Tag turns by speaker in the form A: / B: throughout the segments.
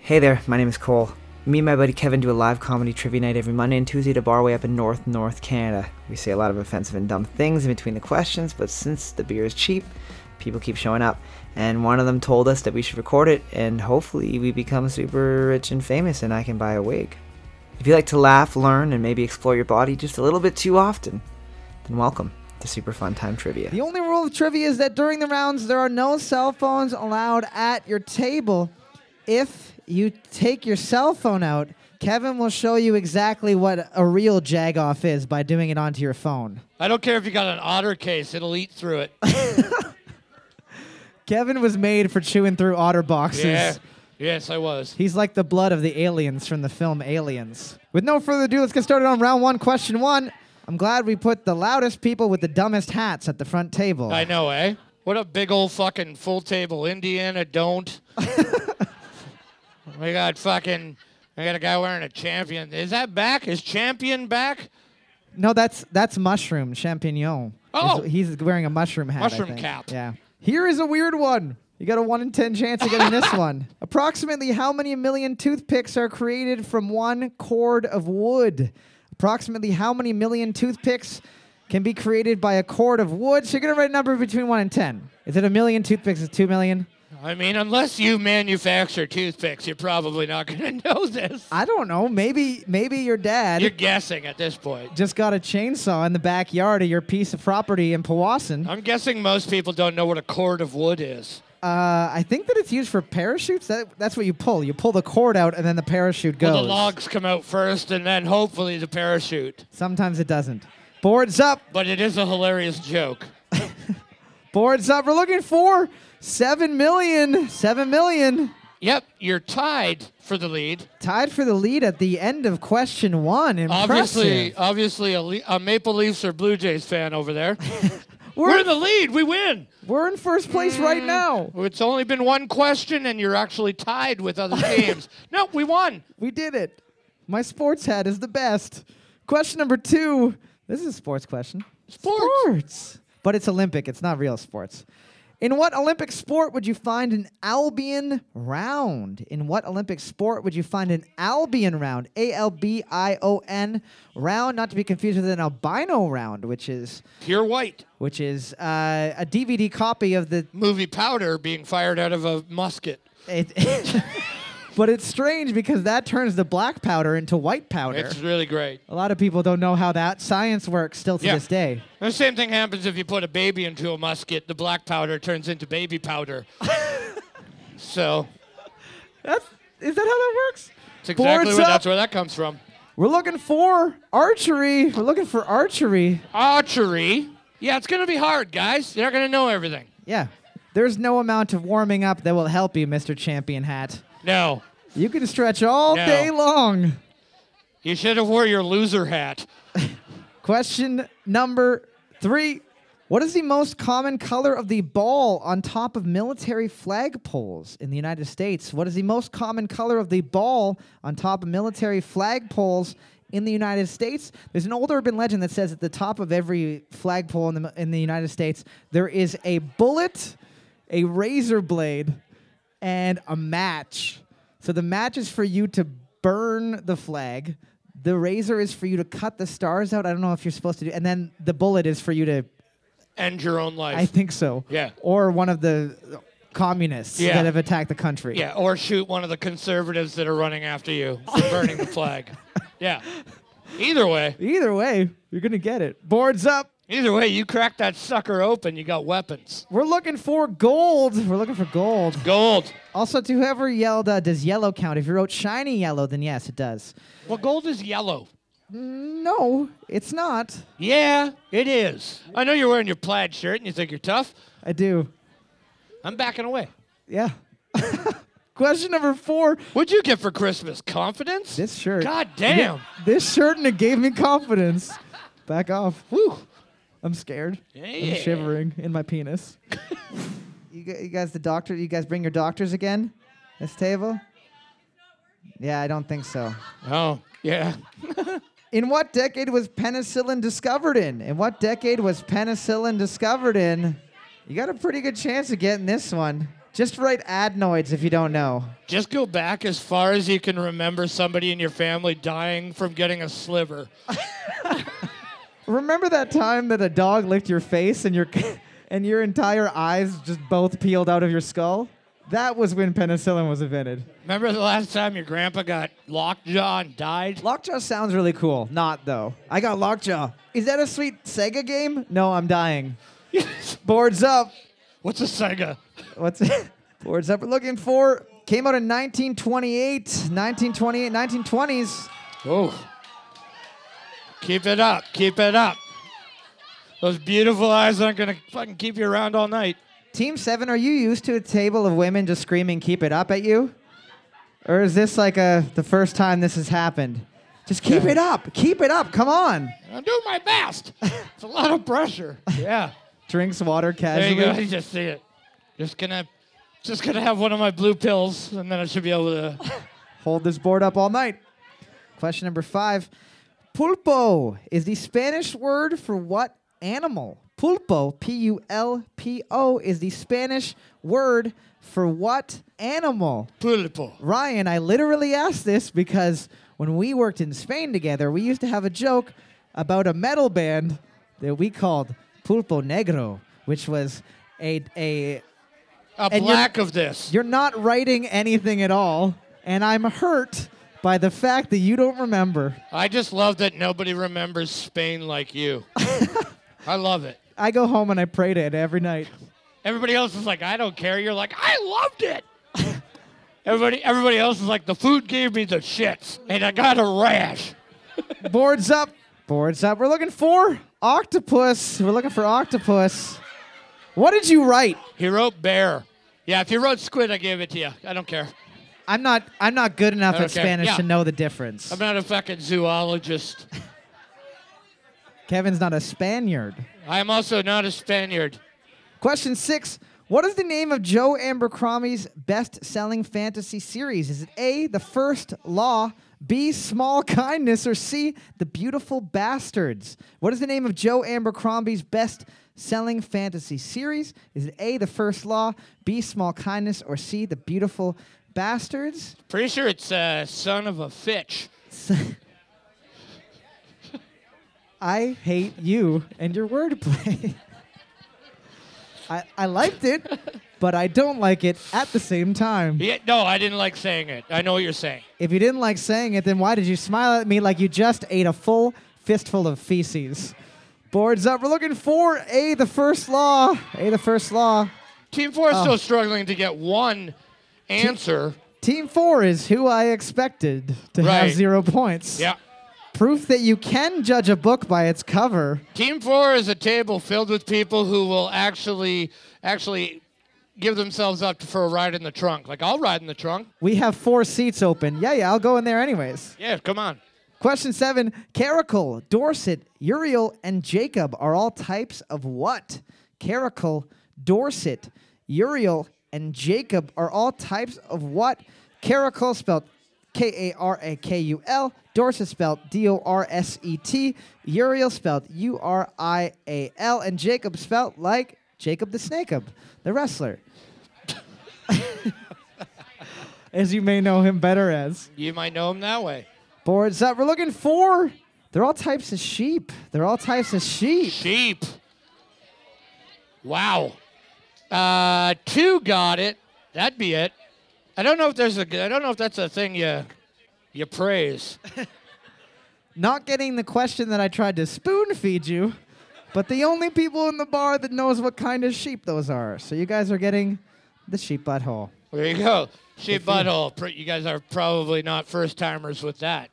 A: Hey there, my name is Cole. Me and my buddy Kevin do a live comedy trivia night every Monday and Tuesday at a bar way up in North, North Canada. We say a lot of offensive and dumb things in between the questions, but since the beer is cheap, people keep showing up. And one of them told us that we should record it, and hopefully we become super rich and famous and I can buy a wig. If you like to laugh, learn, and maybe explore your body just a little bit too often, then welcome to Super Fun Time Trivia.
B: The only rule of trivia is that during the rounds, there are no cell phones allowed at your table. If you take your cell phone out, Kevin will show you exactly what a real jagoff is by doing it onto your phone.
C: I don't care if you got an otter case, it'll eat through it.
B: Kevin was made for chewing through otter boxes.
C: yeah. Yes, I was.
B: He's like the blood of the aliens from the film Aliens. With no further ado, let's get started on round one, question one. I'm glad we put the loudest people with the dumbest hats at the front table.
C: I know, eh? What a big old fucking full table. Indiana don't. we got fucking. I got a guy wearing a champion. Is that back? Is champion back?
B: No, that's that's mushroom champignon.
C: Oh!
B: Is- he's wearing a mushroom hat. I
C: Mushroom
B: think.
C: cap.
B: Yeah. Here is a weird one. You got a one in ten chance of getting this one. Approximately how many million toothpicks are created from one cord of wood? Approximately how many million toothpicks can be created by a cord of wood? So you're gonna write a number between one and ten. Is it a million toothpicks? Is it two million?
C: I mean, unless you manufacture toothpicks, you're probably not going to know this.
B: I don't know. Maybe maybe your dad
C: You're guessing at this point.
B: just got a chainsaw in the backyard of your piece of property in Powassan.
C: I'm guessing most people don't know what a cord of wood is.
B: Uh, I think that it's used for parachutes. That, that's what you pull. You pull the cord out, and then the parachute goes.
C: Well, the logs come out first and then hopefully the parachute.
B: Sometimes it doesn't. Boards up.
C: But it is a hilarious joke.
B: Boards up. We're looking for seven million. Seven million.
C: Yep, you're tied for the lead.
B: Tied for the lead at the end of question one. Impressive.
C: Obviously, obviously, a, Le- a Maple Leafs or Blue Jays fan over there.
B: we're,
C: We're in the lead. We win.
B: we're in first place
C: Hmm.
B: right now.
C: It's only been one question, and you're actually tied with other teams. no, we won.
B: We did it. My sports hat is the best. Question number two. This is a sports question.
C: Sports.
B: Sports. But it's Olympic, it's not real sports. In what Olympic sport would you find an Albion round? In what Olympic sport would you find an Albion round? A L B I O N round, not to be confused with an albino round, which is
C: Pure white.
B: which is uh, a DVD copy of the
C: Movie powder being fired out of a musket.
B: it, But it's strange because that turns the black powder into white powder.
C: It's really great.
B: A lot of people don't know how that science works still to
C: Yeah.
B: this day.
C: The same thing happens if you put a baby into a musket. The black powder turns into baby powder. so
B: That's, is that how that works?
C: it's exactly
B: Boards
C: where,
B: up.
C: that's where that comes from.
B: We're looking for archery. We're looking for archery.
C: Archery. Yeah, it's gonna be hard, guys. You're not gonna know everything.
B: Yeah. There's no amount of warming up that will help you, Mr. Champion Hat.
C: No,
B: You can stretch all
C: No.
B: day long.
C: You should have wore your loser hat.
B: Question number three What is the most common color of the ball on top of military flagpoles in the United States? What is the most common color of the ball on top of military flagpoles? In the United States, there's an old urban legend that says at the top of every flagpole in the, in the United States, there is a bullet, a razor blade, and a match. So the match is for you to burn the flag. The razor is for you to cut the stars out. I don't know if you're supposed to do, and then the bullet is for you to.
C: End your own life.
B: I think so.
C: Yeah.
B: Or one of the communists
C: Yeah.
B: that have attacked the country.
C: yeah, or shoot one of the conservatives that are running after you for burning the flag. Yeah. Either way,
B: Either way, you're gonna get it. Boards up.
C: either way, you crack that sucker open, you got weapons.
B: We're looking for gold. We're looking for gold.
C: Gold.
B: Also, to whoever yelled, uh, does yellow count? If you wrote shiny yellow, then yes, it does.
C: Well, gold is yellow.
B: No, it's not.
C: Yeah, it is. I know you're wearing your plaid shirt and you think you're tough.
B: I do.
C: I'm backing away.
B: Yeah. Question number four.
C: What'd you get for Christmas? Confidence?
B: This shirt.
C: God damn.
B: This shirt and it gave me confidence. Back off. Woo. I'm scared.
C: Yeah.
B: I'm shivering in my penis. you, gu- you guys, the doctor, you guys bring your doctors again? This table? Yeah, I don't think so.
C: Oh, yeah.
B: In what decade was penicillin discovered in? In what decade was penicillin discovered in? You got a pretty good chance of getting this one. Just write adenoids if you don't know.
C: Just go back as far as you can remember somebody in your family dying from getting a sliver.
B: Remember that time that a dog licked your face and your and your entire eyes just both peeled out of your skull? That was when penicillin was invented.
C: Remember the last time your grandpa got lockjaw and died?
B: Lockjaw sounds really cool. Not though. I got Lockjaw. Is that a sweet Sega game? No, I'm dying. Boards up.
C: What's a Sega?
B: What's it? Boards up. We're looking for. Came out in 1928, 1928, 1920s.
C: Oh. Keep it up. Keep it up. Those beautiful eyes aren't going to fucking keep you around all night.
B: Team Seven, are you used to a table of women just screaming "Keep it up" at you, or is this like a the first time this has happened? Just keep it up. Keep it up. Come on.
C: I'm doing my best. It's a lot of pressure. Yeah.
B: Drinks water
C: There
B: casually.
C: you go. You just see it. Just gonna, just gonna have one of my blue pills, and then I should be able to.
B: Hold this board up all night. Question number five. Pulpo is the Spanish word for what animal? Pulpo, P U L P O, is the Spanish word for what animal?
C: Pulpo.
B: Ryan, I literally asked this because when we worked in Spain together, we used to have a joke about a metal band that we called Pulpo Negro, which was a, a
C: A
B: And you're-
C: black of this.
B: you're not writing anything at all, and I'm hurt by the fact that you don't remember.
C: I just love that nobody remembers Spain like you. I love it.
B: I go home and I pray to it every night.
C: Everybody else is like, I don't care. You're like, I loved it. everybody, everybody else is like, the food gave me the shits, and I got a rash.
B: Boards up. Boards up. We're looking for octopus. We're looking for octopus. What did you write?
C: He wrote bear. Yeah, if you wrote squid, I gave it to you. I don't care.
B: I'm not I'm not good enough at
C: Okay,
B: Spanish
C: yeah.
B: to know the difference.
C: I'm not a fucking zoologist.
B: Kevin's not a Spaniard.
C: I am also not a Spaniard.
B: Question six. What is the name of Joe Abercrombie's best-selling fantasy series? Is it A, The First Law, B, Small Kindness, or C, The Beautiful Bastards? What is the name of Joe Abercrombie's best-selling fantasy series? Is it A, The First Law, B, Small Kindness, or C, The Beautiful Bastards?
C: Pretty sure it's uh, son of a fitch.
B: I hate you and your wordplay. I, I liked it, but I don't like it at the same time.
C: Yeah, no, I didn't like saying it. I know what you're saying.
B: If you didn't like saying it, then why did you smile at me like you just ate a full fistful of feces? Boards up. We're looking for A, the first law. A, the first law.
C: Team Four is still struggling to get one answer.
B: Team four is who I expected to have
C: Right.
B: zero points.
C: Yeah.
B: Proof that you can judge a book by its cover.
C: Team Four is a table filled with people who will actually, actually, give themselves up for a ride in the trunk. Like I'll ride in the trunk.
B: We have four seats open. Yeah, yeah, I'll go in there anyways.
C: Yeah, come on.
B: Question seven Caracal, Dorset, Uriel, and Jacob are all types of what? Caracal, Dorset, Uriel, and Jacob are all types of what? Caracal spelled K A R A K U L, Dorset spelled D O R S E T, Uriel spelled U R I A L, and Jacob spelled like Jacob the Snakeub, the wrestler. as you may know him better as.
C: You might know him that way.
B: Boards up. We're looking for. They're all types of sheep. They're all types of sheep.
C: Sheep. Wow. Uh, two got it. That'd be it. I don't know if there's a. I don't know if that's a thing you, you praise.
B: Not getting the question that I tried to spoon feed you, but the only people in the bar that knows what kind of sheep those are. So you guys are getting the sheep butthole.
C: There you go. Sheep butthole. Pr- You guys are probably not first timers with that.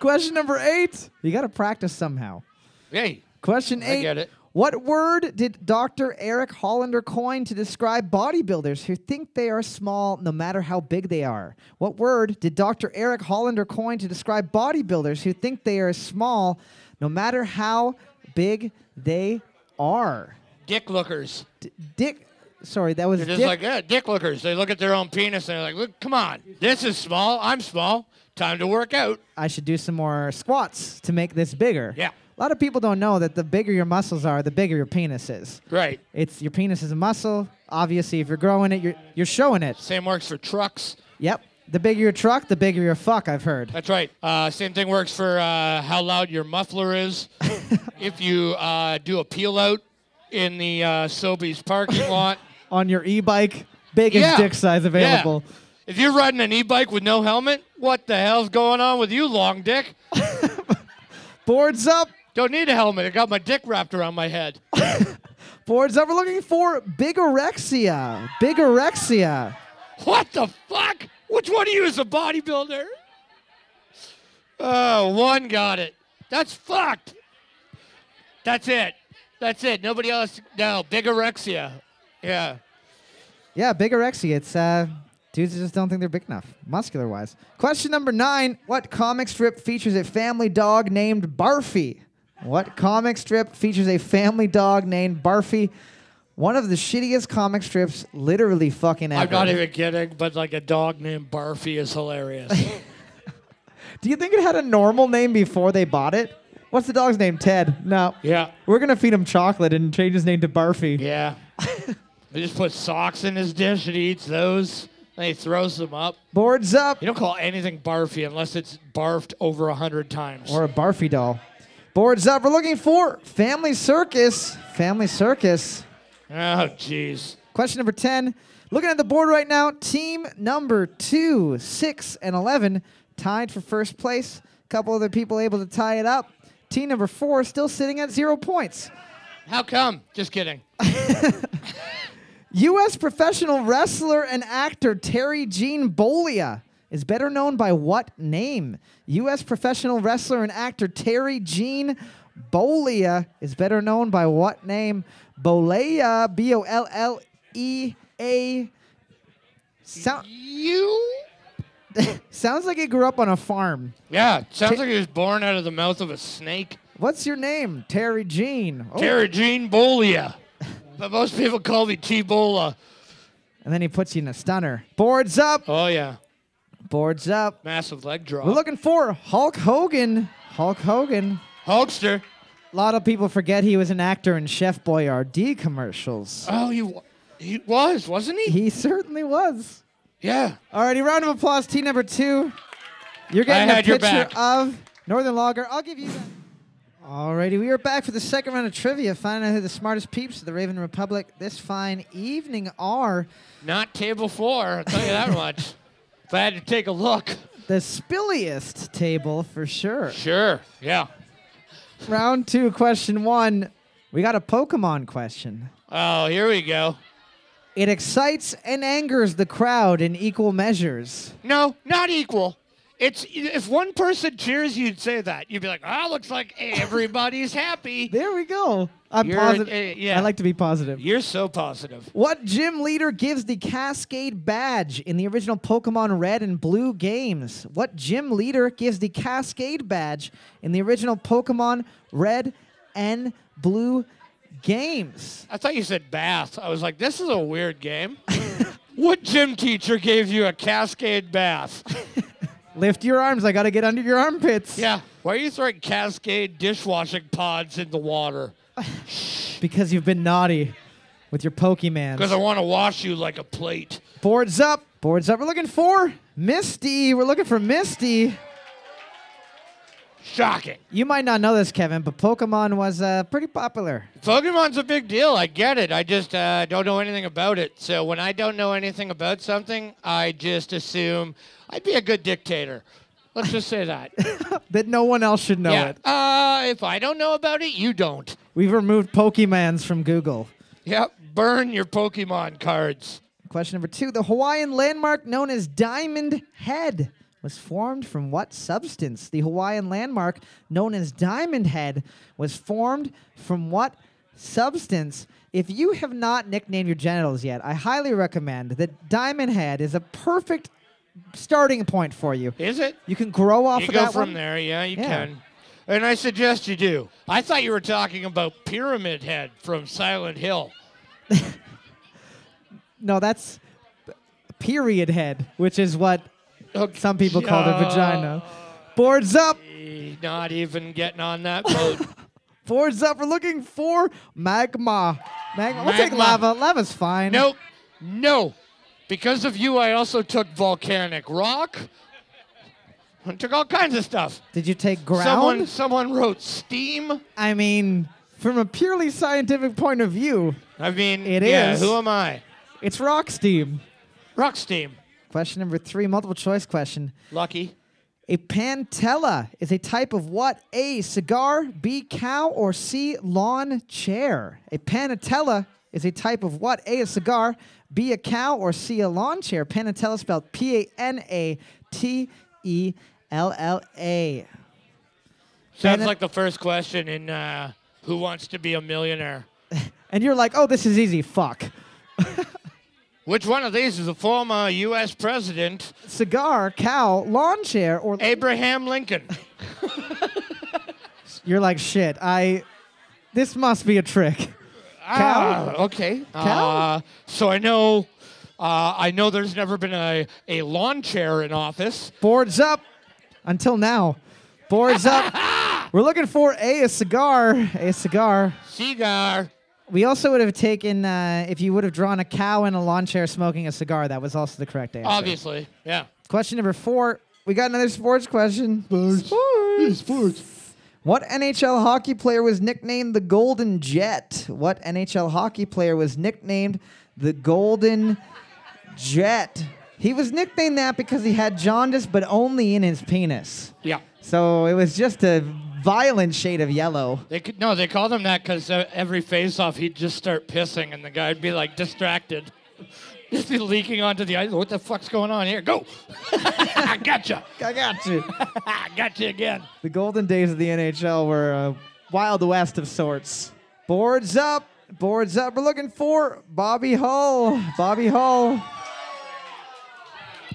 B: Question number eight. You got to practice somehow.
C: Hey,
B: Question eight.
C: get it.
B: What word did Dr. Eric Hollander coin to describe bodybuilders who think they are small no matter how big they are? What word did Dr. Eric Hollander coin to describe bodybuilders who think they are small no matter how big they are?
C: dick lookers.
B: D- dick. Sorry, that was
C: They're
B: dick.
C: just like, yeah, dick lookers. They look at their own penis and they're like, look, come on. This is small. I'm small. Time to work out.
B: I should do some more squats to make this bigger.
C: Yeah.
B: A lot of people don't know that the bigger your muscles are, the bigger your penis is.
C: Right.
B: It's your penis is a muscle. Obviously, if you're growing it, you're you're showing it.
C: Same works for trucks.
B: Yep. The bigger your truck, the bigger your fuck. I've heard.
C: That's right. Uh, same thing works for uh, how loud your muffler is. if you uh, do a peel out in the uh, Sobeys parking lot.
B: On your e-bike, biggest
C: Yeah.
B: dick size available.
C: Yeah. If you're riding an e-bike with no helmet, what the hell's going on with you, long dick?
B: Boards up.
C: Don't need a helmet. I got my dick wrapped around my head.
B: Boards up. We're looking for bigorexia. Bigorexia.
C: What the fuck? Which one of you is a bodybuilder? Oh, one got it. That's fucked. That's it. That's it. Nobody else. No, big orexia. Yeah.
B: Yeah, bigorexia. It's uh, dudes just don't think they're big enough, muscular wise. Question number nine: What comic strip features a family dog named Barfy? What comic strip features a family dog named Barfy? One of the shittiest comic strips, literally fucking ever.
C: I'm not even kidding, but like a dog named Barfy is hilarious.
B: Do you think it had a normal name before they bought it? What's the dog's name? Ted. No.
C: yeah.
B: We're gonna feed him chocolate and change his name to Barfy.
C: Yeah. they just put socks in his dish and he eats those. And he throws them up.
B: Boards up.
C: You don't call anything Barfy unless it's barfed over a hundred times.
B: Or a Barfy doll. Boards up. We're looking for Family Circus. Family Circus.
C: oh, jeez.
B: Question number 10. Looking at the board right now, team number 2, 6, and 11 tied for first place. A couple other people able to tie it up. Team number 4 still sitting at zero points.
C: How come? Just kidding.
B: U.S. professional wrestler and actor Terry Jean Bollea is better known by what name? U.S. professional wrestler and actor Terry Jean Bollea is better known by what name? Bollea, B O L L E A. Sound,
C: You?
B: sounds like he grew up on a farm.
C: Yeah, it sounds like he was born out of the mouth of a snake.
B: What's your name? Terry Jean. Oh,
C: Terry Jean Bolia. But most people call me T-Bola.
B: And then he puts you in a stunner. Boards up.
C: Oh, yeah.
B: Boards up.
C: Massive leg drop.
B: We're looking for Hulk Hogan. Hulk Hogan.
C: Hulkster.
B: A lot of people forget he was an actor in Chef Boyardee commercials.
C: Oh, he, wa- he was, wasn't he?
B: He certainly was.
C: Yeah.
B: Alrighty, round of applause, team number two. You're getting
C: I
B: a
C: had
B: picture
C: your back.
B: of Northern Logger. I'll give you that. Alrighty, we are back for the second round of trivia, finding out who the smartest peeps of the Raven Republic this fine evening are.
C: Not table four, I'll tell you that much. If I had to take a look.
B: The spilliest table for sure.
C: Sure, yeah.
B: round two, question one. We got a Pokemon question.
C: Oh, here we go.
B: It excites and angers the crowd in equal measures.
C: No, not equal. It's if one person cheers, you'd say that. You'd be like, "Ah, looks like everybody's happy."
B: There we go. I'm
C: You're-
B: positive.
C: uh, yeah.
B: I like to be positive.
C: You're so positive.
B: What gym leader gives the Cascade badge in the original Pokemon Red and Blue games? What gym leader gives the Cascade badge in the original Pokemon Red and Blue games?
C: I thought you said bath. I was like, this is a weird game. what gym teacher gave you a cascade bath?
B: Lift your arms. I got to get under your armpits.
C: yeah. Why are you throwing cascade dishwashing pods in the water?
B: Because you've been naughty with your Pokemon.
C: Because I want to wash you like a plate.
B: Boards up. Boards up. We're looking for Misty. We're looking for Misty.
C: Shocking.
B: You might not know this, Kevin, but Pokemon was uh, pretty popular.
C: Pokemon's a big deal. I get it. I just uh, don't know anything about it. So when I don't know anything about something, I just assume I'd be a good dictator. Let's just say that.
B: that no one else should know
C: yeah.
B: it.
C: Uh, if I don't know about it, you don't.
B: We've removed Pokemans from Google.
C: Yep. Burn your Pokemon cards.
B: Question number two The Hawaiian landmark known as Diamond Head was formed from what substance? The Hawaiian landmark known as Diamond Head was formed from what substance? If you have not nicknamed your genitals yet, I highly recommend that Diamond Head is a perfect starting point for you.
C: Is it?
B: You can grow off
C: You
B: of
C: go
B: that
C: from
B: one.
C: there, yeah, you
B: Yeah.
C: can. And I suggest you do. I thought you were talking about Pyramid Head from Silent Hill.
B: No, that's p- period head, which is what
C: Okay.
B: some people call their
C: Yeah.
B: vagina. Boards up.
C: Not even getting on that boat.
B: Forward's up. We're looking for magma. Magma. We'll take
C: Magma.
B: lava. Lava's fine.
C: Nope. No. Because of you, I also took volcanic rock. I took all kinds of stuff.
B: Did you take ground?
C: Someone, someone wrote steam.
B: I mean, from a purely scientific point of view,
C: I mean,
B: It
C: yeah,
B: is.
C: who am I?
B: it's rock steam.
C: Rock steam.
B: Question number three, multiple choice question.
C: Lucky.
B: A pantella is a type of what? A cigar, B cow, or C lawn chair. A panatella is a type of what? A a cigar, B a cow, or C a lawn chair. Panatella spelled E P-A-N-A-T-E-L-L-A.
C: Sounds
B: Bennett.
C: like the first question in uh, Who Wants to Be a Millionaire?
B: And you're like, oh, this is easy. Fuck.
C: Which one of these is a former U.S. president?
B: Cigar, cow, lawn chair, or
C: Abraham Lincoln.
B: you're like, shit. I. This must be a trick. Cow?
C: Ah, okay.
B: Cow?
C: Uh, so I know, uh, I know there's never been a, a lawn chair in office.
B: Boards up. Until now. Boards up. We're looking for a, a cigar. A cigar.
C: Cigar.
B: We also would have taken, uh, if you would have drawn a cow in a lawn chair smoking a cigar, that was also the correct answer.
C: Obviously, yeah.
B: Question number four. We got another sports question. Sports. What NHL hockey player was nicknamed the Golden Jet? What NHL hockey player was nicknamed the Golden Jet? He was nicknamed that because he had jaundice, but only in his penis.
C: Yeah.
B: So it was just a violent shade of yellow.
C: They could, no, they called him that because uh, every face-off he'd just start pissing, and the guy'd be like distracted, just be leaking onto the ice. What the fuck's going on here? Go! gotcha!
B: I got you.
C: gotcha again.
B: the golden days of the NHL were a wild west of sorts. Boards up, boards up. We're looking for Bobby Hull. Bobby Hull.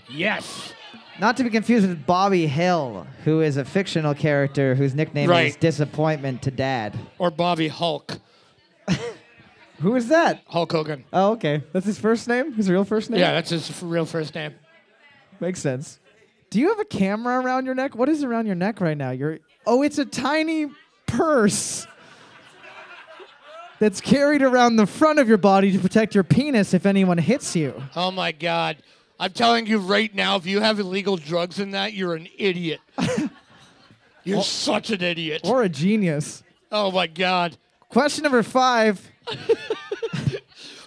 C: Yes.
B: Not to be confused with Bobby Hill, who is a fictional character whose nickname is
C: Right.
B: Disappointment to Dad.
C: Or Bobby Hulk.
B: Who is that?
C: Hulk Hogan.
B: Oh, okay. That's his first name? His real first name?
C: Yeah, that's his f- real first name.
B: Makes sense. Do you have a camera around your neck? What is around your neck right now? You're Oh, it's a tiny purse that's carried around the front of your body to protect your penis if anyone hits you.
C: Oh my God. I'm telling you right now, if you have illegal drugs in that, you're an idiot. you're such an idiot.
B: Or a genius.
C: oh my God.
B: Question number 5.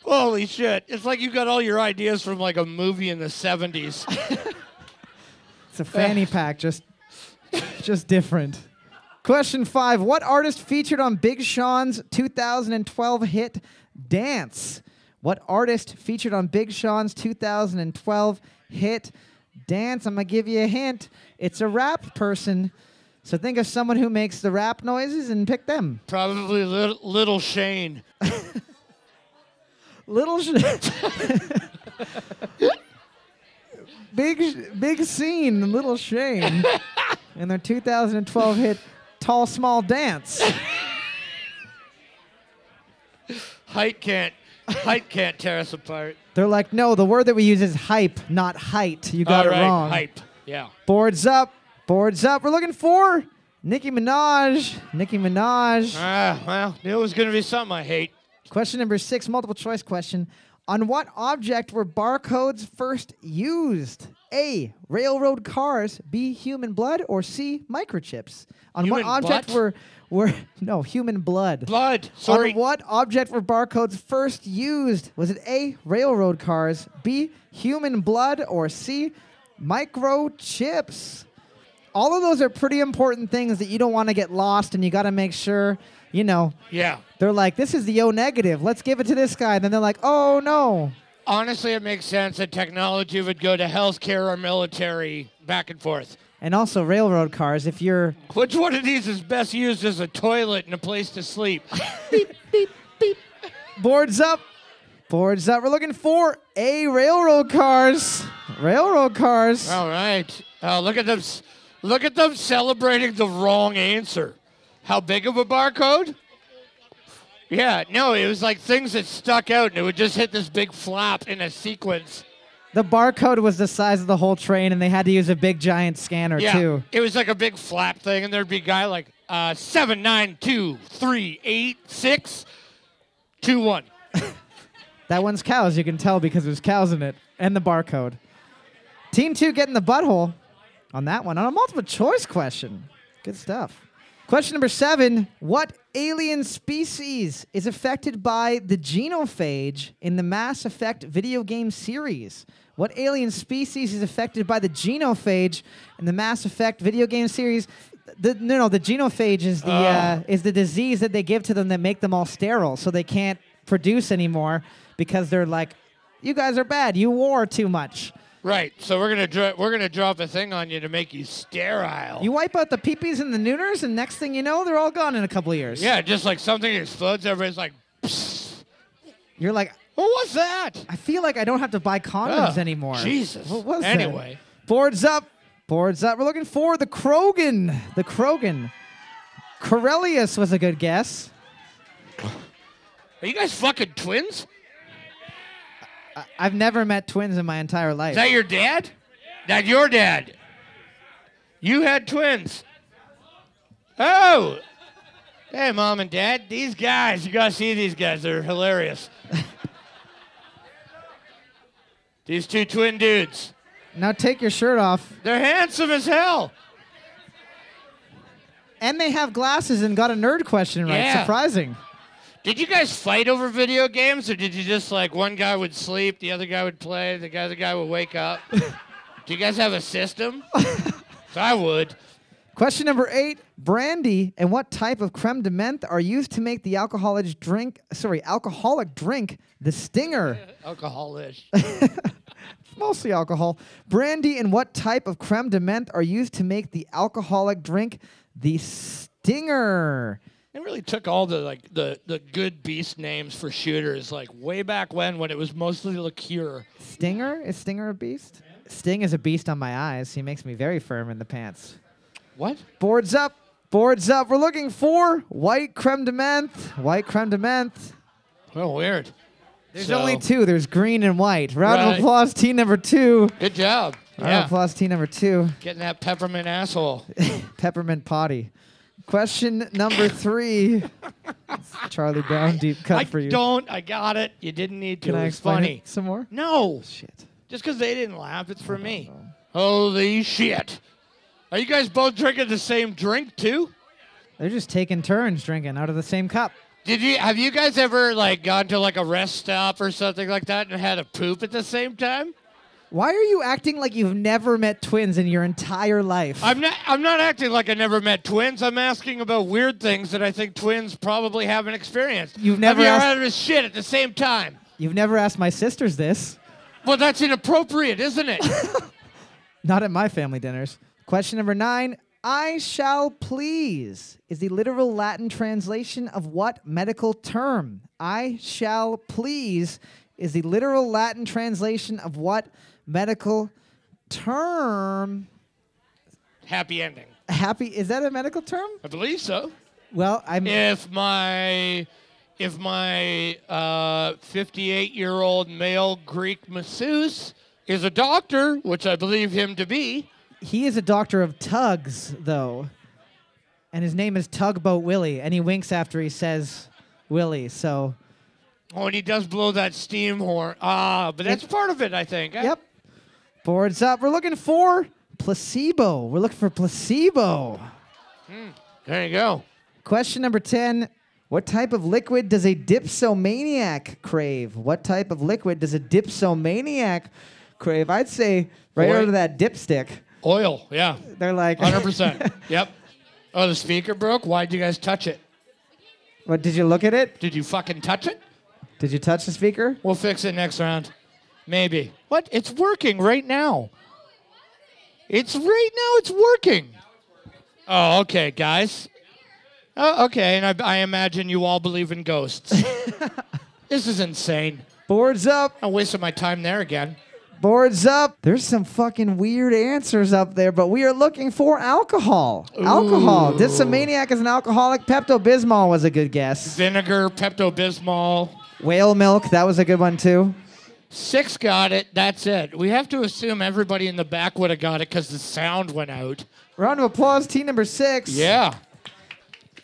C: Holy shit. It's like you got all your ideas from like a movie in the 70s.
B: It's a fanny pack, just just different. Question five: What artist featured on Big Sean's 2012 hit "Dance"? What artist featured on Big Sean's 2012 hit "Dance"? I'm gonna give you a hint. It's a rap person. So think of someone who makes the rap noises and pick them.
C: Probably lit- Little Shane.
B: Little sh- Big sh- Big Scene and Little Shane and their 2012 hit Tall Small Dance.
C: Height can't. Height can't tear us apart.
B: They're like, "No, the word that we use is hype, not height. You got
C: all
B: it
C: right,
B: wrong."
C: hype. Yeah.
B: Boards up. Boards up. We're looking for Nicki Minaj. Nicki Minaj.
C: Ah, well, knew it was gonna be something I hate.
B: Question number six, multiple choice question. On what object were barcodes first used? A. Railroad cars. B. Human blood. Or C. Microchips. On what
C: Human
B: object
C: butt?
B: were were no human blood?
C: Blood. Sorry.
B: On what object were barcodes first used? Was it A. Railroad cars. B. Human blood. Or C. Microchips. All of those are pretty important things that you don't want to get lost, and you got to make sure you know
C: Yeah.
B: they're like, this is the O negative. Let's give it to this guy. And then they're like, oh no.
C: Honestly, it makes sense that technology would go to healthcare or military, back and forth.
B: And also railroad cars. If you're
C: Which one of these is best used as a toilet and a place to sleep?
B: boards up, boards up. We're looking for a railroad cars, railroad cars.
C: All right. Uh, look at them. s- Look at them celebrating the wrong answer. How big of a barcode? Yeah. No, it was like things that stuck out, and it would just hit this big flap in a sequence.
B: The barcode was the size of the whole train, and they had to use a big giant scanner
C: Yeah.
B: too.
C: It was like a big flap thing, and there'd be a guy like, uh, seven nine two three eight six two one.
B: That one's cows. You can tell because there's cows in it and the barcode. Team two getting the butthole on that one on a multiple choice question. Good stuff. Question number seven What alien species is affected by the genophage in the Mass Effect video game series? What alien species is affected by the genophage in the Mass Effect video game series? The, no, no, the genophage is the uh, is the disease that they give to them that make them all sterile, so they can't produce anymore because they're like, you guys are bad. You wore too much.
C: Right. So we're gonna dra- we're gonna drop a thing on you to make you sterile.
B: You wipe out the peepees and the nooners, and next thing you know, they're all gone in a couple of years.
C: yeah, just like something explodes, everybody's like, Psst,
B: You're like,
C: "What was that?"
B: I feel like I don't have to buy condoms
C: Oh,
B: anymore.
C: Jesus.
B: What was
C: Anyway.
B: that? Boards up. Boards up. We're looking for the Krogan. The Krogan. Corellius was a good guess.
C: Are you guys fucking twins?
B: I've never met twins in my entire life.
C: Is that your dad? That your dad? You had twins. Oh. Hey, mom and dad. These guys. You gotta see these guys. They're hilarious. these two twin dudes.
B: now take your shirt off.
C: They're handsome as hell.
B: And they have glasses and got a nerd question right.
C: Yeah.
B: Surprising.
C: Did you guys fight over video games, or did you just like one guy would sleep, the other guy would play, the other guy would wake up? Do you guys have a system? 'Cause I would.
B: Question number eight: Brandy and what type of creme de menthe are used to make the alcoholic drink? Sorry, alcoholic drink, the stinger,
C: Alcoholish.
B: mostly alcohol. Brandy and what type of creme de menthe are used to make the alcoholic drink, the stinger?
C: It really took all the like the the good beast names for shooters like way back when when it was mostly liqueur.
B: Stinger is stinger a beast? Sting is a beast on my eyes. He makes me very firm in the pants.
C: What?
B: Boards up, boards up. We're looking for white creme de menthe. White creme de menthe.
C: Oh, weird.
B: There's
C: So,
B: only two. There's green and white. Round of
C: Right.
B: applause, team number two.
C: Good job.
B: Round of
C: Yeah,
B: applause, team number two.
C: getting that peppermint asshole.
B: Peppermint potty. Question number three. It's Charlie Brown deep cut
C: I
B: for you.
C: don't. I got it. You didn't need to.
B: Can I
C: it was
B: explain
C: funny.
B: it some more?
C: No.
B: Shit.
C: Just because they didn't laugh, it's for me. Holy shit. Are you guys both drinking the same drink too?
B: They're just taking turns drinking out of the same cup.
C: Did you have you guys ever like gone to like a rest stop or something like that and had a poop at the same time?
B: Why are you acting like you've never met twins in your entire life?
C: I'm not I'm not acting like I never met twins. I'm asking about weird things that I think twins probably haven't experienced.
B: You've never
C: have you
B: asked-
C: ever had a shit at the same time.
B: You've never asked my sisters this.
C: Well, that's inappropriate, isn't it?
B: Not at my family dinners. Question number nine. I shall please is the literal Latin translation of what medical term? I shall please is the literal Latin translation of what medical term?
C: Happy ending.
B: Happy, is that a medical term?
C: I believe so.
B: Well, I'm.
C: if my if my uh, 58 year old male Greek masseuse is a doctor, which I believe him to be,
B: He is a doctor of tugs, though. And his name is Tugboat Willie, and he winks after he says Willie, so.
C: oh, and he does blow that steam horn. Ah, but that's part of it, I think.
B: Yep. Boards up. We're looking for placebo. We're looking for placebo.
C: There you go.
B: Question number 10. What type of liquid does a dipsomaniac crave? What type of liquid does a dipsomaniac crave? I'd say right
C: Boy.
B: out of that dipstick.
C: Oil. Yeah.
B: They're like,
C: 100%. yep. Oh, the speaker broke. Why'd you guys touch it?
B: what, did you look at it?
C: Did you fucking touch it?
B: Did you touch the speaker?
C: We'll fix it next round. Maybe. What? It's working right now. It's right now. It's working. Oh, okay, guys. Oh, okay. And I, I imagine you all believe in ghosts. this is insane.
B: Boards up.
C: I wasted my time there again.
B: Boards up. There's some fucking weird answers up there, but we are looking for alcohol. Alcohol. Dipsomaniac is an alcoholic. Pepto Bismol was a good guess.
C: Vinegar, Pepto Bismol.
B: Whale milk. That was a good one too.
C: Six got it. That's it. We have to assume everybody in the back would have got it because the sound went out.
B: Round of applause. Team number six.
C: Yeah.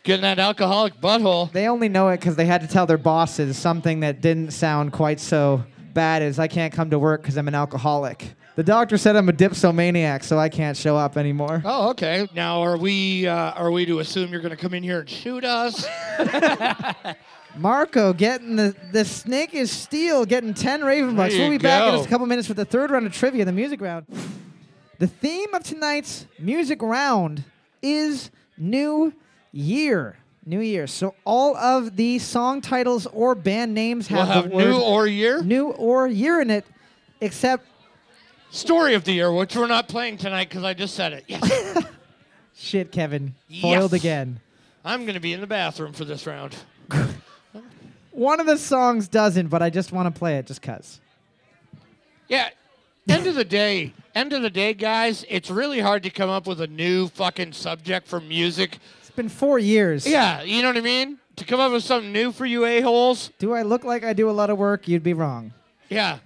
C: Getting that alcoholic butthole.
B: They only know it because they had to tell their bosses something that didn't sound quite so bad as I can't come to work because I'm an alcoholic. The doctor said I'm a dipsomaniac, so I can't show up anymore.
C: Oh, okay. Now, are we uh, are we to assume you're going to come in here and shoot us?
B: Marco getting the, the snake is steel, getting 10 Raven Bucks.
C: There
B: We'll be
C: you
B: back in
C: go.
B: just a couple minutes with the third round of trivia, the music round. The theme of tonight's music round is New Year. New Year. So all of the song titles or band names
C: we'll
B: have,
C: have
B: the word
C: new or year
B: new or year in it, except
C: story of the year, which we're not playing tonight because I just said it. Yes.
B: shit, Kevin. Foiled
C: Yes.
B: again.
C: I'm going to be in the bathroom for this round.
B: One of the songs doesn't, but I just want to play it just because.
C: Yeah. End of the day, end of the day, guys. It's really hard to come up with a new fucking subject for music.
B: It's been four years.
C: Yeah, you know what I mean. To come up with something new for you a holes.
B: Do I look like I do a lot of work? You'd be wrong.
C: Yeah.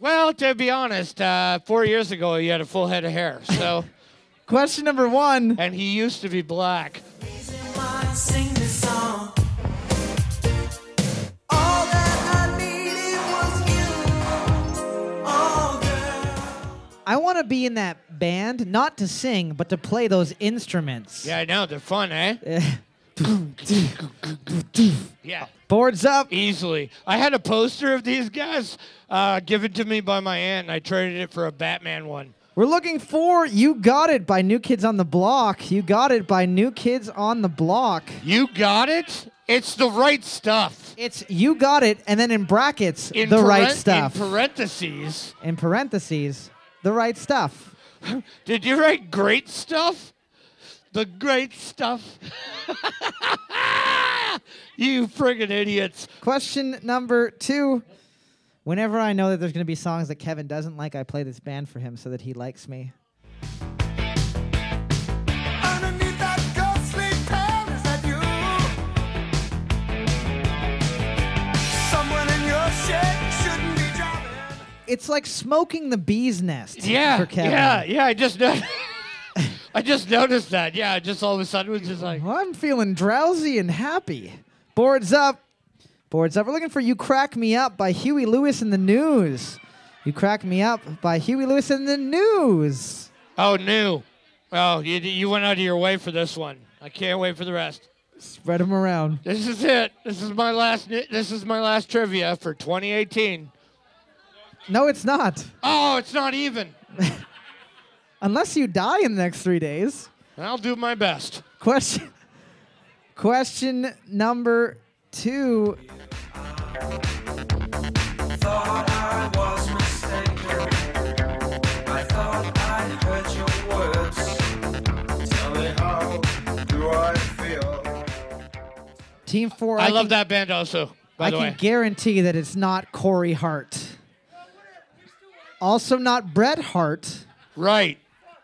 C: Well, to be honest, uh, four years ago he had a full head of hair. So,
B: Question number one.
C: and he used to be black.
B: I want to be in that band, not to sing, but to play those instruments.
C: Yeah, I know they're fun, eh? Yeah,
B: Boards up.
C: easily. I had a poster of these guys uh, given to me by my aunt, and I traded it for a Batman one.
B: We're looking for You Got It by New Kids on the Block. You Got It by New Kids on the Block.
C: You got it? It's the right stuff.
B: It's You Got It, and then in brackets,
C: In
B: the right
C: paren-
B: stuff.
C: In parentheses.
B: in parentheses, the right stuff.
C: Did you write great stuff? The great stuff. you friggin' idiots.
B: Question number two. Whenever I know that there's going to be songs that Kevin doesn't like, I play this band for him so that he likes me. It's like smoking the bee's nest
C: Yeah,
B: for Kevin.
C: yeah, yeah. I just no- I just noticed that. Yeah, I just all of a sudden was just like,
B: Well, I'm feeling drowsy and happy. Boards up. Boards up. We're looking for You Crack Me Up by Huey Lewis in the News. You Crack Me Up by Huey Lewis in the News.
C: oh, new. Oh, you, you went out of your way for this one. I can't wait for the rest.
B: Spread them around.
C: This is it. This is my last. ni- This is my last trivia for 2018.
B: No, it's not.
C: Oh, it's not even.
B: Unless you die in the next three days.
C: I'll do my best.
B: Question Question number two. Team four.
C: I,
B: can-
C: love that band also. By
B: I
C: the
B: can
C: way,
B: guarantee that it's not Corey Hart. Also, not Bret Hart.
C: right?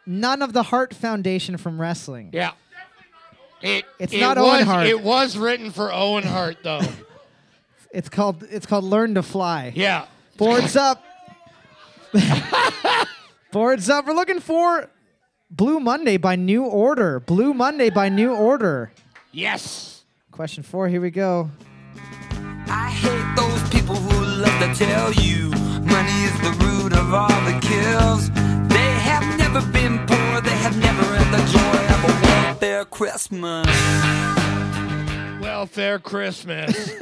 B: None of the Hart Foundation from wrestling.
C: Yeah. It,
B: It's
C: it
B: not Owen
C: was,
B: Hart.
C: It was written for Owen Hart though.
B: It's called it's called Learn to Fly.
C: yeah.
B: Boards up. Boards up. We're looking for Blue Monday by New Order. Blue Monday by New Order.
C: Yes.
B: Question four. Here we go.
D: I hate those people who love to tell you money is the root of all the kills. They have never been poor, they have never had the joy of a welfare Christmas.
C: Welfare Christmas.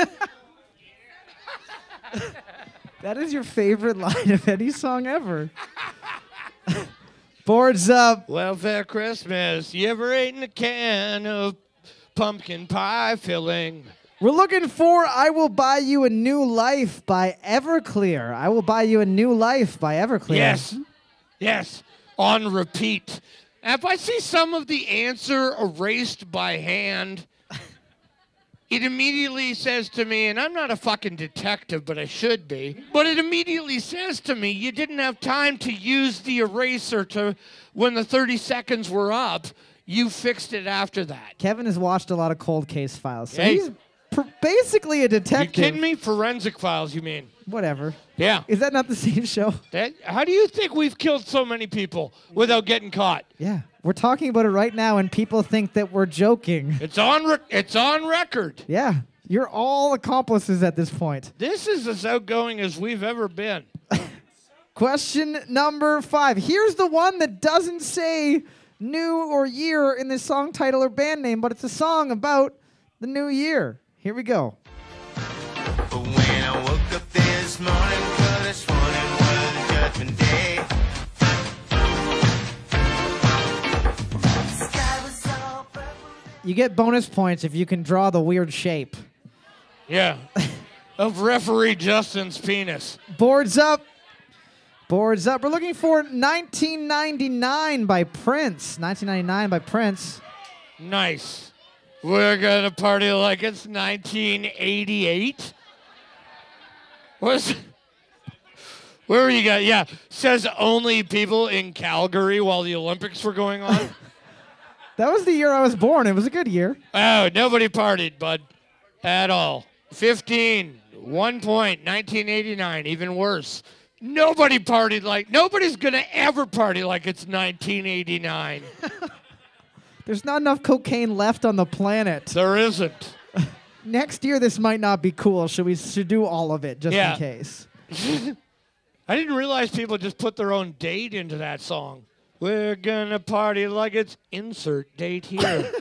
B: That is your favorite line of any song ever. Boards up.
C: Welfare Christmas. You ever eaten a can of pumpkin pie filling?
B: We're looking for I Will Buy You a New Life by Everclear. I Will Buy You a New Life by Everclear.
C: Yes. Yes. On repeat. If I see some of the answer erased by hand, it immediately says to me, and I'm not a fucking detective, but I should be, but it immediately says to me, you didn't have time to use the eraser to, when the 30 seconds were up, you fixed it after that.
B: Kevin has watched a lot of cold case files, so
C: Hey.
B: he's per- basically a
C: You
B: detective.
C: kidding me? Forensic Files, you mean?
B: Whatever.
C: Yeah.
B: Is that not the same show?
C: That, how do you think we've killed so many people without getting caught?
B: Yeah. We're talking about it right now, and people think that we're joking.
C: It's on. Re- it's on record.
B: Yeah. You're all accomplices at this point.
C: This is as outgoing as we've ever been.
B: Question number five. Here's the one that doesn't say new or year in the song title or band name, but it's a song about the new year. Here we go.
E: But when I woke up this morning, cause I sworn it was judgment day. Sky was all purple.
B: You get bonus points if you can draw the weird shape.
C: Yeah. of referee Justin's penis.
B: Boards up. Boards up. We're looking for 1999 by Prince. 1999 by Prince.
C: Nice. We're gonna party like it's 1988. What's? Where were you guys? Yeah, says only people in Calgary while the Olympics were going on.
B: That was the year I was born. It was a good year.
C: oh, nobody partied, bud, at all. 15, one point, 1989, even worse. Nobody partied like nobody's gonna ever party like it's 1989.
B: There's not enough cocaine left on the planet.
C: there isn't.
B: Next year, this might not be cool. Should we should do all of it just
C: Yeah.
B: in case?
C: I didn't realize people just put their own date into that song. We're gonna party like it's insert date here.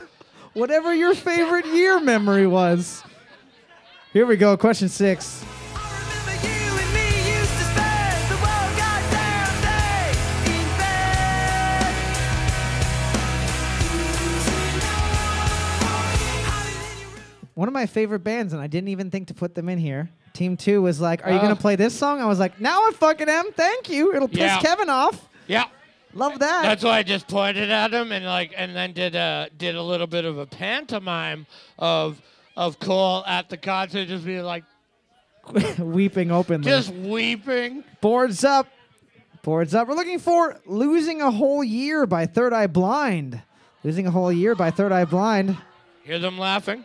B: whatever your favorite year memory was. Here we go, question six.
D: I remember you and me used to spend the whole goddamn day in bed.
B: One of my favorite bands, and I didn't even think to put them in here. Team two was like, Are you going
C: Oh.
B: to play this song? I was like, Now I fucking am. Thank you. It'll piss
C: Yeah.
B: Kevin off.
C: yeah,
B: Love that.
C: that's why I just pointed at him and like, and then did a did a little bit of a pantomime of of Cole at the concert, just being like,
B: Weeping openly.
C: just weeping.
B: Boards up. Boards up. We're looking for Losing a Whole Year by Third Eye Blind. Losing a Whole Year by Third Eye Blind.
C: Hear them laughing?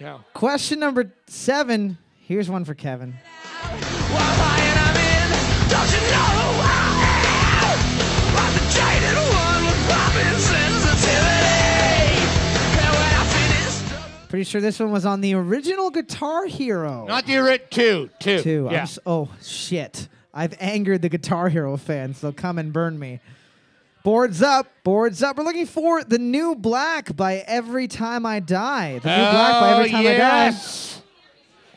C: Yeah.
B: Question number seven. Here's one for Kevin.
D: Why am I and I'm in? Don't you know who I am? I'm the jaded one with pop insensitivity. And when I finish.
B: Pretty sure this one was on the original Guitar Hero.
C: Not the ori- two, two,
B: Two. I'm
C: Yeah.
B: s- oh shit! I've angered the Guitar Hero fans. They'll come and burn me. Boards up, boards up. We're looking for the new black by Every Time I Die. The new black by
C: Oh,
B: Every Time
C: yes.
B: I Die.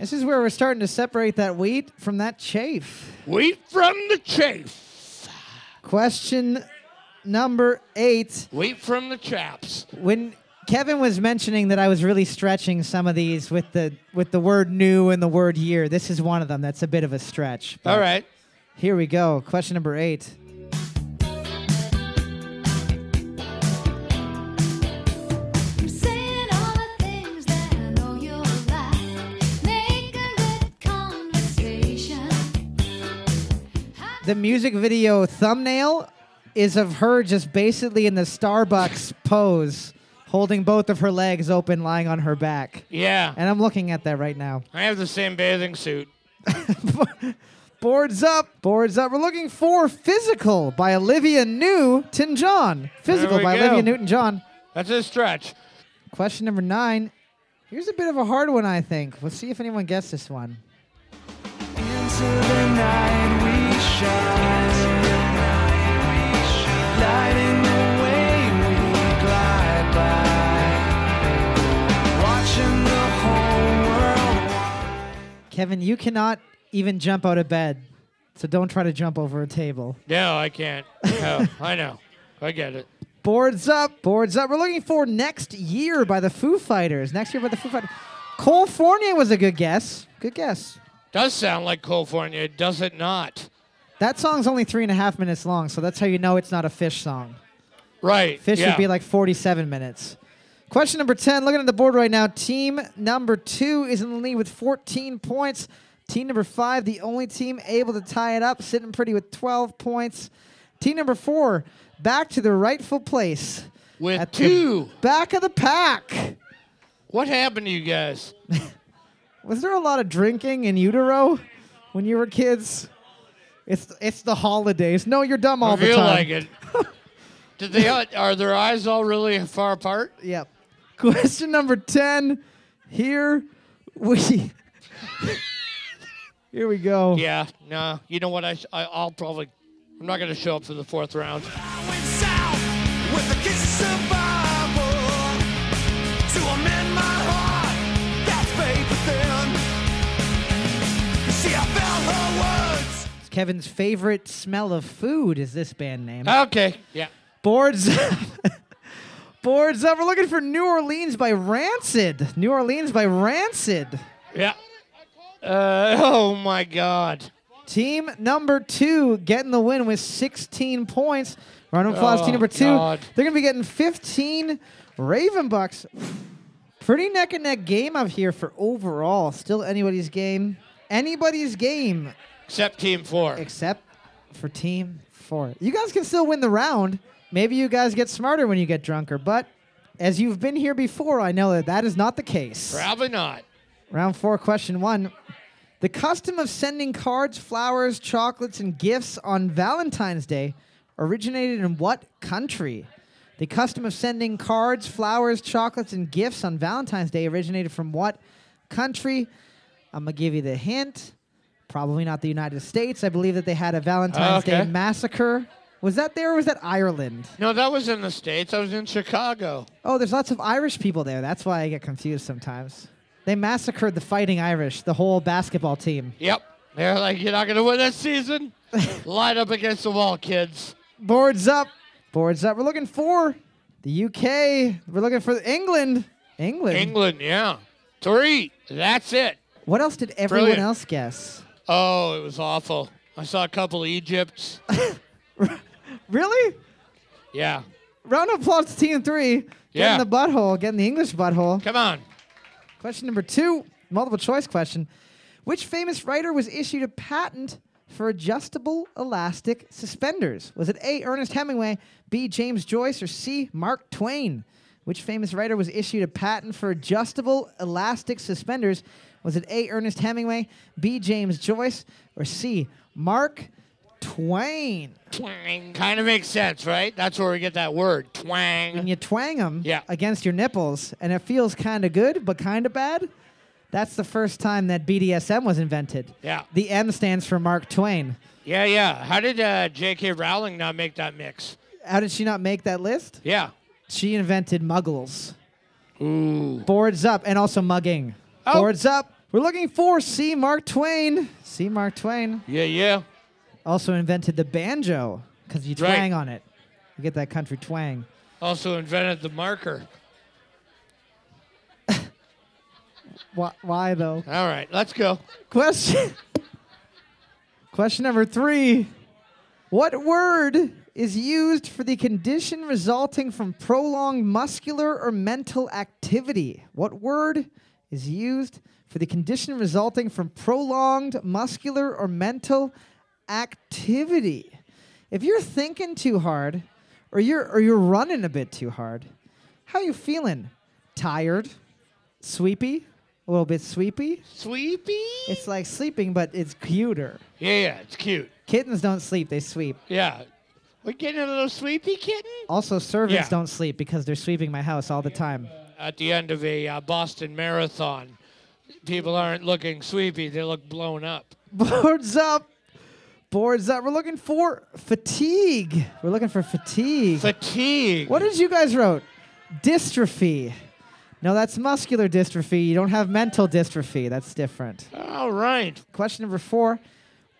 B: This is where we're starting to separate that wheat from that chaff.
C: Wheat from the chaff.
B: Question number eight.
C: Wheat from the chaps.
B: When Kevin was mentioning that I was really stretching some of these with the with the word new and the word year, this is one of them. That's a bit of a stretch. but-
C: All right.
B: Here we go. Question number eight.
F: I'm saying all the things that I know you'll like. Making good conversation.
B: The music video thumbnail is of her just basically in the Starbucks pose, holding both of her legs open, lying on her back.
C: Yeah.
B: And I'm looking at that right now.
C: I have the same bathing suit.
B: Boards up, boards up. We're looking for Physical by Olivia Newton John. Physical
C: we
B: by
C: go.
B: Olivia Newton John.
C: That's a stretch.
B: Question number nine. Here's a bit of a hard one, I think. We'll see if anyone gets this one.
D: Into the night we shine, lighting the way we glide by, watching the whole world.
B: Kevin, you cannot even jump out of bed, so don't try to jump over a table.
C: No, I can't. No, I know. I get it.
B: Boards up, boards up. We're looking for next year by the Foo Fighters. Next year by the Foo Fighters. Cole Fournier was a good guess. Good guess.
C: Does sound like California, does it not?
B: That song's only three and a half minutes long, so that's how you know it's not a fish song.
C: Right.
B: Fish
C: yeah.
B: would be like 47 minutes. Question number 10. Looking at the board right now, team number two is in the lead with 14 points. Team number five, the only team able to tie it up, sitting pretty with 12 points. Team number four, back to the rightful place.
C: with
B: At the
C: two.
B: back of the pack.
C: What happened to you guys?
B: Was there a lot of drinking in utero when you were kids? It's it's the holidays. No, you're dumb all
C: I
B: the
C: feel
B: time.
C: like it. Did they? uh, Are their eyes all really far apart?
B: Yep. Question number 10. Here we Here we go.
C: Yeah. No. You know what? I, sh- I I'll probably. I'm not gonna show up for the fourth round.
B: It's Kevin's favorite smell of food is this band name.
C: Okay. Yeah.
B: Boards up. Boards up. We're looking for New Orleans by Rancid. New Orleans by Rancid.
C: Yeah. Uh, oh my God.
B: Team number two getting the win with 16 points. Round of applause,
C: Oh,
B: team number two.
C: God.
B: They're going to be getting 15 Raven Bucks. Pretty neck and neck game out here for overall. Still anybody's game. Anybody's game
C: Except team four.
B: except for team four. You guys can still win the round. Maybe you guys get smarter when you get drunker, but as you've been here before, I know that that is not the case.
C: Probably not.
B: Round four, question one. The custom of sending cards, flowers, chocolates, and gifts on Valentine's Day originated in what country? The custom of sending cards, flowers, chocolates, and gifts on Valentine's Day originated from what country? I'm going to give you the hint. Probably not the United States. I believe that they had a Valentine's Day
C: Okay.
B: massacre. Was that there or was that Ireland?
C: No, that was in the states. I was in Chicago.
B: Oh, there's lots of Irish people there. That's why I get confused sometimes. They massacred the Fighting Irish, the whole basketball team.
C: Yep. They're like, you're not gonna win this season. Line up against the wall, kids.
B: Boards up. Boards up. We're looking for the UK. We're looking for England. England.
C: England. Yeah. Three. That's it.
B: What else did everyone
C: Brilliant.
B: else guess?
C: Oh, it was awful. I saw a couple of Egypts.
B: Really?
C: Yeah.
B: Round of applause to team three.
C: Yeah.
B: Getting the butthole, getting the English butthole.
C: Come on.
B: Question number two, multiple choice question. Which famous writer was issued a patent for adjustable elastic suspenders? Was it A. Ernest Hemingway, B. James Joyce, or C. Mark Twain? Which famous writer was issued a patent for adjustable elastic suspenders? Was it A. Ernest Hemingway, B. James Joyce, or C. Mark Twain?
C: Twang. Kind of makes sense, right? That's where we get that word.
B: And
C: Twang.
B: you twang them
C: Yeah.
B: against your nipples, and it feels kind of good, but kind of bad. That's the first time that BDSM was invented.
C: Yeah.
B: The M stands for Mark Twain.
C: Yeah, yeah. How did uh, J.K. Rowling not make that mix?
B: How did she not make that list?
C: Yeah.
B: She invented muggles. Ooh. Boards up, and also mugging.
C: Oh.
B: Boards up. We're looking for C. Mark Twain. C. Mark Twain
C: Yeah, yeah.
B: also invented the banjo because you
C: Right.
B: twang on it. You get that country twang.
C: Also invented the marker.
B: Why, why though?
C: All right, let's go.
B: Question. Question number three. What word is used for the condition resulting from prolonged muscular or mental activity? What word is used for the condition resulting from prolonged muscular or mental activity? If you're thinking too hard, or you're or you're running a bit too hard, how you feeling? Tired? Sweepy? A little bit sweepy?
C: Sweepy.
B: It's like sleeping, but it's cuter.
C: Yeah, yeah. It's cute.
B: Kittens don't sleep, they sweep.
C: Yeah. We're getting a little sleepy, kitten.
B: Also, servants
C: Yeah.
B: don't sleep because they're sweeping my house all the time.
C: At the end of a uh, Boston marathon, people aren't looking sleepy; they look blown up.
B: Boards up. Boards up. We're looking for fatigue. We're looking for fatigue.
C: Fatigue.
B: what did you guys wrote? Dystrophy. No, that's muscular dystrophy. You don't have mental dystrophy. That's different.
C: All right.
B: Question number four.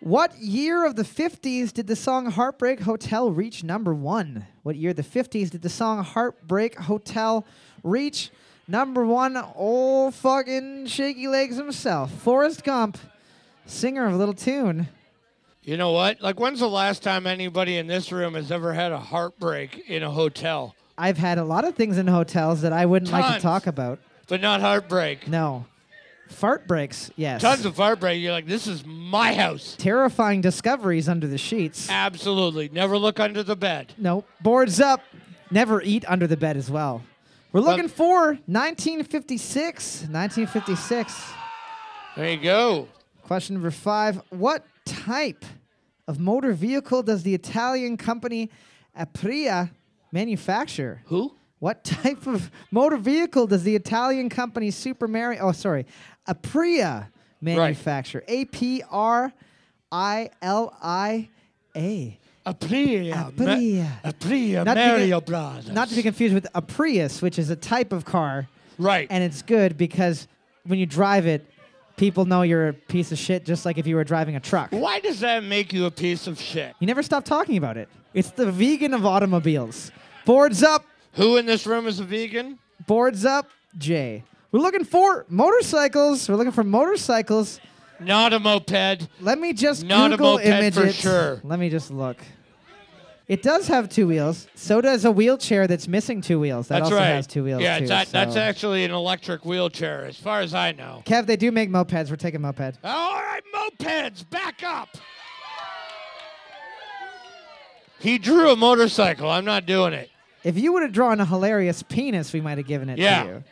B: What year of the 50s did the song Heartbreak Hotel reach number one? What year of the 50s did the song Heartbreak Hotel reach number one? Old fucking Shaky Legs himself, Forrest Gump, singer of Little Tune.
C: You know what? Like, when's the last time anybody in this room has ever had a heartbreak in a hotel?
B: I've had a lot of things in hotels that I wouldn't like to
C: Tons.
B: talk about.
C: But not heartbreak.
B: No. Fart breaks, yes.
C: Tons of heartbreak. You're like, this is my house.
B: Terrifying discoveries under the sheets.
C: Absolutely. Never look under the bed.
B: Nope. Boards up. Never eat under the bed as well. We're looking for 1956. 1956.
C: There you go.
B: Question number five What type of motor vehicle does the Italian company Apria manufacture?
C: Who?
B: What type of motor vehicle does the Italian company Super Mario? Oh, sorry, Apria manufacture. A P R I L I A.
C: Apria.
B: Apria.
C: Ma- Apria
B: Not to be
C: Mario
B: con-
C: Brothers.
B: Not to be confused with a Prius, which is a type of car,
C: Right.
B: and it's good because when you drive it, people know you're a piece of shit, just like if you were driving a truck.
C: Why does that make you a piece of shit?
B: You never stop talking about it. It's the vegan of automobiles. Boards up,
C: Who in this room is a vegan?
B: boards up, Jay. We're looking for motorcycles. We're looking for motorcycles.
C: Not a moped.
B: Let me just
C: Not a
B: Google
C: moped
B: image
C: for
B: it.
C: sure.
B: Let me just look. It does have two wheels. So does a wheelchair that's missing two wheels. That
C: That's
B: also
C: right.
B: has two wheels
C: yeah,
B: too.
C: that, that's
B: so-
C: actually an electric wheelchair, as far as I know.
B: Kev, they do make mopeds. We're taking moped.
C: All right, mopeds, back up. He drew a motorcycle. I'm not doing it.
B: If you would have drawn a hilarious penis, we might have given it
C: Yeah.
B: to you.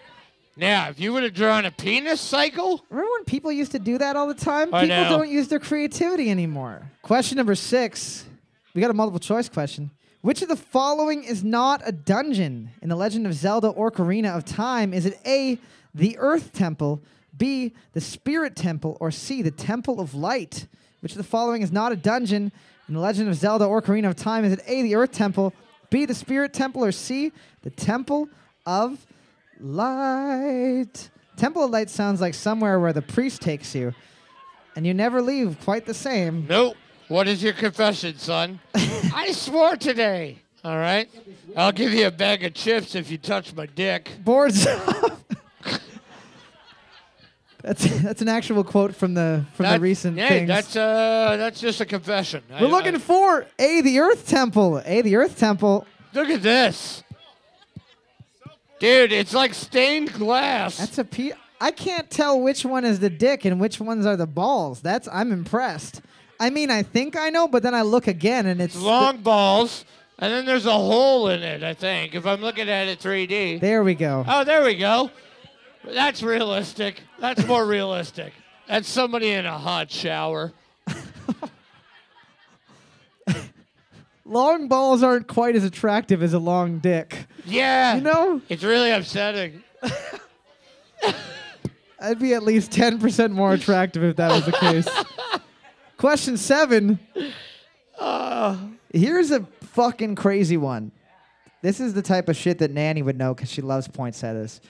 C: Now, if you would have drawn a penis cycle,
B: Remember when people used to do that all the time?
C: I
B: people
C: know.
B: don't use their creativity anymore. Question number six. We got a multiple choice question. Which of the following is not a dungeon in The Legend of Zelda or Ocarina of Time? Is it A, the Earth Temple, B, the Spirit Temple, or C, the Temple of Light? Which of the following is not a dungeon in The Legend of Zelda or Ocarina of Time? Is it A, the Earth Temple, B, the Spirit Temple, or C, the Temple of Light. Temple of Light sounds like somewhere where the priest takes you, and you never leave quite the same.
C: nope. What is your confession, son? I swore today. All right. I'll give you a bag of chips if you touch my dick.
B: Boards up. that's that's an actual quote from the from the
C: That-
B: recent
C: yeah,
B: things.
C: that's uh, that's just a confession. I-
B: We're looking
C: I-
B: for a the Earth Temple. A the Earth Temple.
C: Look at this, dude. It's like stained glass.
B: That's a P. I can't tell which one is the dick and which ones are the balls. That's I'm impressed. I mean, I think I know, but then I look again and it's
C: It's long balls, and then there's a hole in it. I think if I'm looking at it 3D.
B: There we go.
C: Oh, there we go. That's realistic. That's more realistic. That's somebody in a hot shower.
B: long balls aren't quite as attractive as a long dick.
C: Yeah.
B: You know,
C: It's really upsetting.
B: I'd be at least 10% more attractive if that was the case. Question seven. Uh, Here's a fucking crazy one. This is the type of shit that Nanny would know because she loves poinsettias.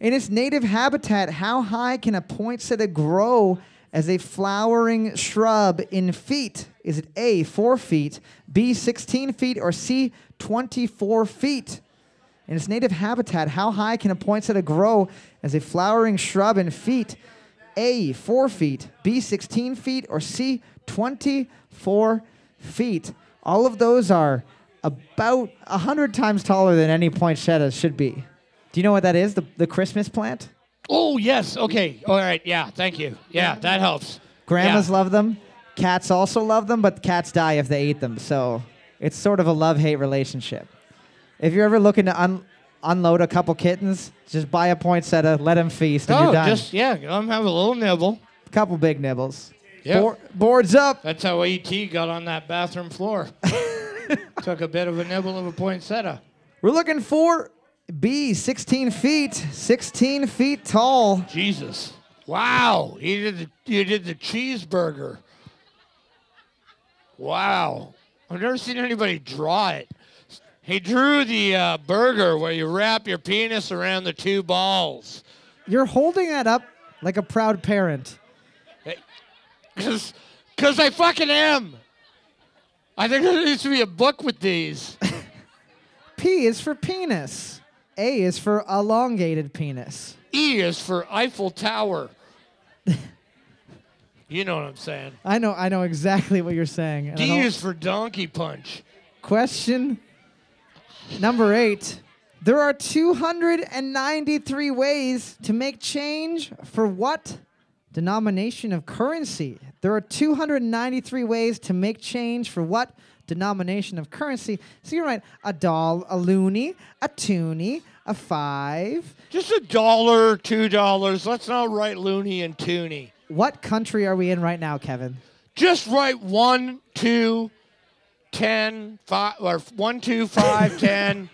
B: In its native habitat, how high can a poinsettia grow as a flowering shrub in feet? Is it A, 4 feet, B, 16 feet, or C, 24 feet? In its native habitat, how high can a poinsettia grow as a flowering shrub in feet? A, 4 feet, B, 16 feet, or C, 24 feet. All of those are about 100 times taller than any poinsettia should be. Do you know what that is? The, the Christmas plant?
C: Oh, yes. Okay. All right. Yeah. Thank you. Yeah. That helps.
B: Grandmas
C: Yeah.
B: love them. Cats also love them, but cats die if they eat them. So it's sort of a love hate relationship. If you're ever looking to un- unload a couple kittens, just buy a poinsettia, let them feast, and
C: Oh,
B: you're done.
C: just, yeah. I'm having a little nibble.
B: a couple big nibbles.
C: Yeah.
B: Boar- boards up.
C: That's how E.T. got on that bathroom floor. Took a bit of a nibble of a poinsettia.
B: We're looking for B, 16 feet, 16 feet tall.
C: Jesus. Wow. You did the, you did the cheeseburger. Wow. I've never seen anybody draw it. He drew the uh, burger where you wrap your penis around the two balls.
B: You're holding that up like a proud parent.
C: Cause, 'cause I fucking am. I think there needs to be a book with these.
B: P is for penis. A is for elongated penis.
C: E is for Eiffel Tower. You know what I'm saying.
B: I know, I know exactly what you're saying. and I
C: D
B: don't-
C: is for Donkey Punch.
B: Question number eight. There are 293 ways to make change for what denomination of currency? There are 293 ways to make change for what denomination of currency? So you're right. A doll, a loony, a toonie, a five.
C: Just a dollar, two dollars. Let's not write loony and toony.
B: What country are we in right now, Kevin?
C: Just write one, two, ten, five, or one, two, five, ten.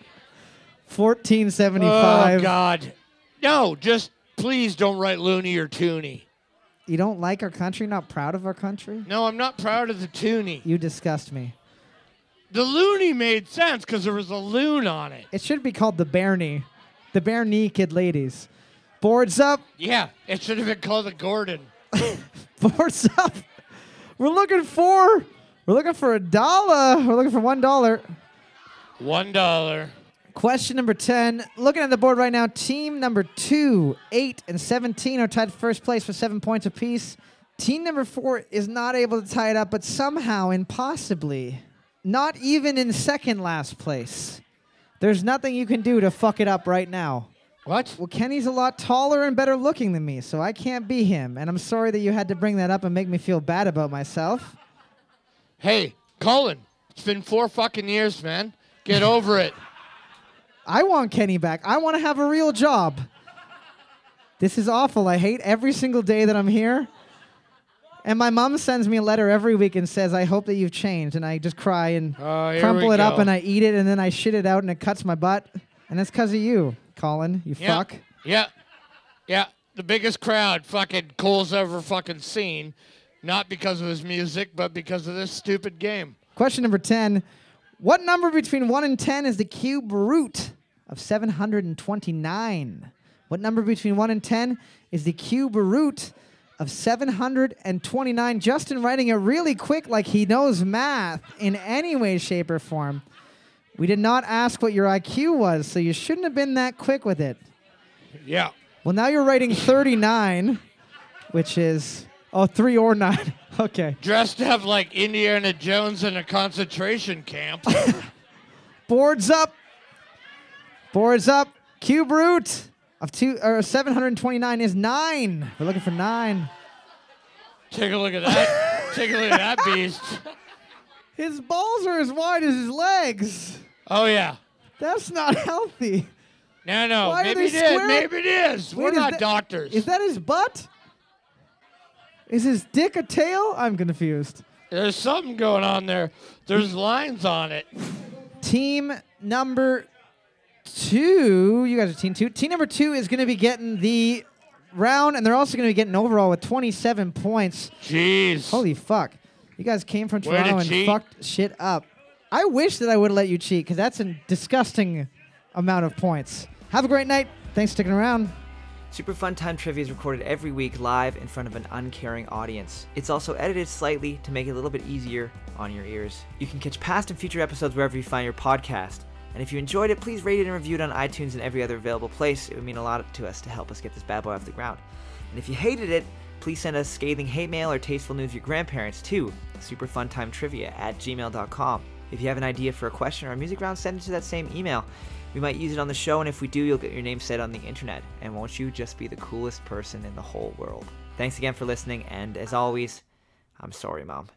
B: 1475.
C: Oh God! No, just please don't write loony or toony.
B: You don't like our country? Not proud of our country?
C: No, I'm not proud of the toony.
B: You disgust me.
C: The loony made sense because there was a loon on it.
B: It should be called the bare knee. The bare knee kid ladies. Boards up.
C: Yeah, it should have been called the Gordon.
B: Boards up. We're looking for we're looking for a dollar. We're looking for one dollar.
C: One dollar.
B: Question number 10. Looking at the board right now, team number 2, 8, and 17 are tied first place with seven points apiece. Team number 4 is not able to tie it up, but somehow, impossibly, not even in second last place. There's nothing you can do to fuck it up right now.
C: What?
B: Well, Kenny's a lot taller and better looking than me, so I can't be him. And I'm sorry that you had to bring that up and make me feel bad about myself.
C: Hey, Colin, it's been four fucking years, man. Get over it.
B: I want Kenny back. I want to have a real job. This is awful. I hate every single day that I'm here. And my mom sends me a letter every week and says, I hope that you've changed. And I just cry and
C: Oh, here
B: crumple
C: we
B: it up
C: go.
B: and I eat it and then I shit it out and it cuts my butt. And that's because of you, Colin, you
C: Yeah.
B: fuck.
C: Yeah. Yeah. The biggest crowd fucking Cole's ever fucking seen. Not because of his music, but because of this stupid game.
B: Question number 10 What number between 1 and 10 is the cube root of 729? What number between 1 and 10 is the cube root of 729? Justin writing it really quick, like he knows math in any way, shape, or form. We did not ask what your IQ was, so you shouldn't have been that quick with it.
C: Yeah.
B: Well, now you're writing 39, which is, oh, three or nine. okay.
C: Dressed up like Indiana Jones in a concentration camp.
B: Boards up. Boards up. Cube root of two or 729 is nine. We're looking for nine.
C: Take a look at that. Take a look at that beast.
B: His balls are as wide as his legs.
C: Oh yeah.
B: That's not healthy.
C: No, no.
B: Why are
C: maybe
B: they
C: it is.
B: square?
C: Maybe it is. We're
B: Wait, is
C: not
B: that-
C: doctors.
B: Is that his butt? Is his dick a tail? I'm confused.
C: There's something going on there. There's lines on it.
B: Team number two. You guys are team two. Team number two is going to be getting the round, and they're also going to be getting overall with 27 points.
C: Jeez.
B: Holy fuck. You guys came from
C: Way to
B: Toronto and
C: cheat.
B: fucked shit up. I wish that I would have let you cheat because that's a disgusting amount of points. Have a great night. Thanks for sticking around.
A: Super Fun Time Trivia is recorded every week live in front of an uncaring audience. It's also edited slightly to make it a little bit easier on your ears. You can catch past and future episodes wherever you find your podcast. And if you enjoyed it, please rate it and review it on iTunes and every other available place. It would mean a lot to us to help us get this bad boy off the ground. And if you hated it, please send us scathing hate mail or tasteful news of your grandparents too. Trivia at gmail.com. If you have an idea for a question or a music round, send it to that same email. We might use it on the show, and if we do, you'll get your name said on the internet. And won't you just be the coolest person in the whole world? Thanks again for listening, and as always, I'm sorry, Mom.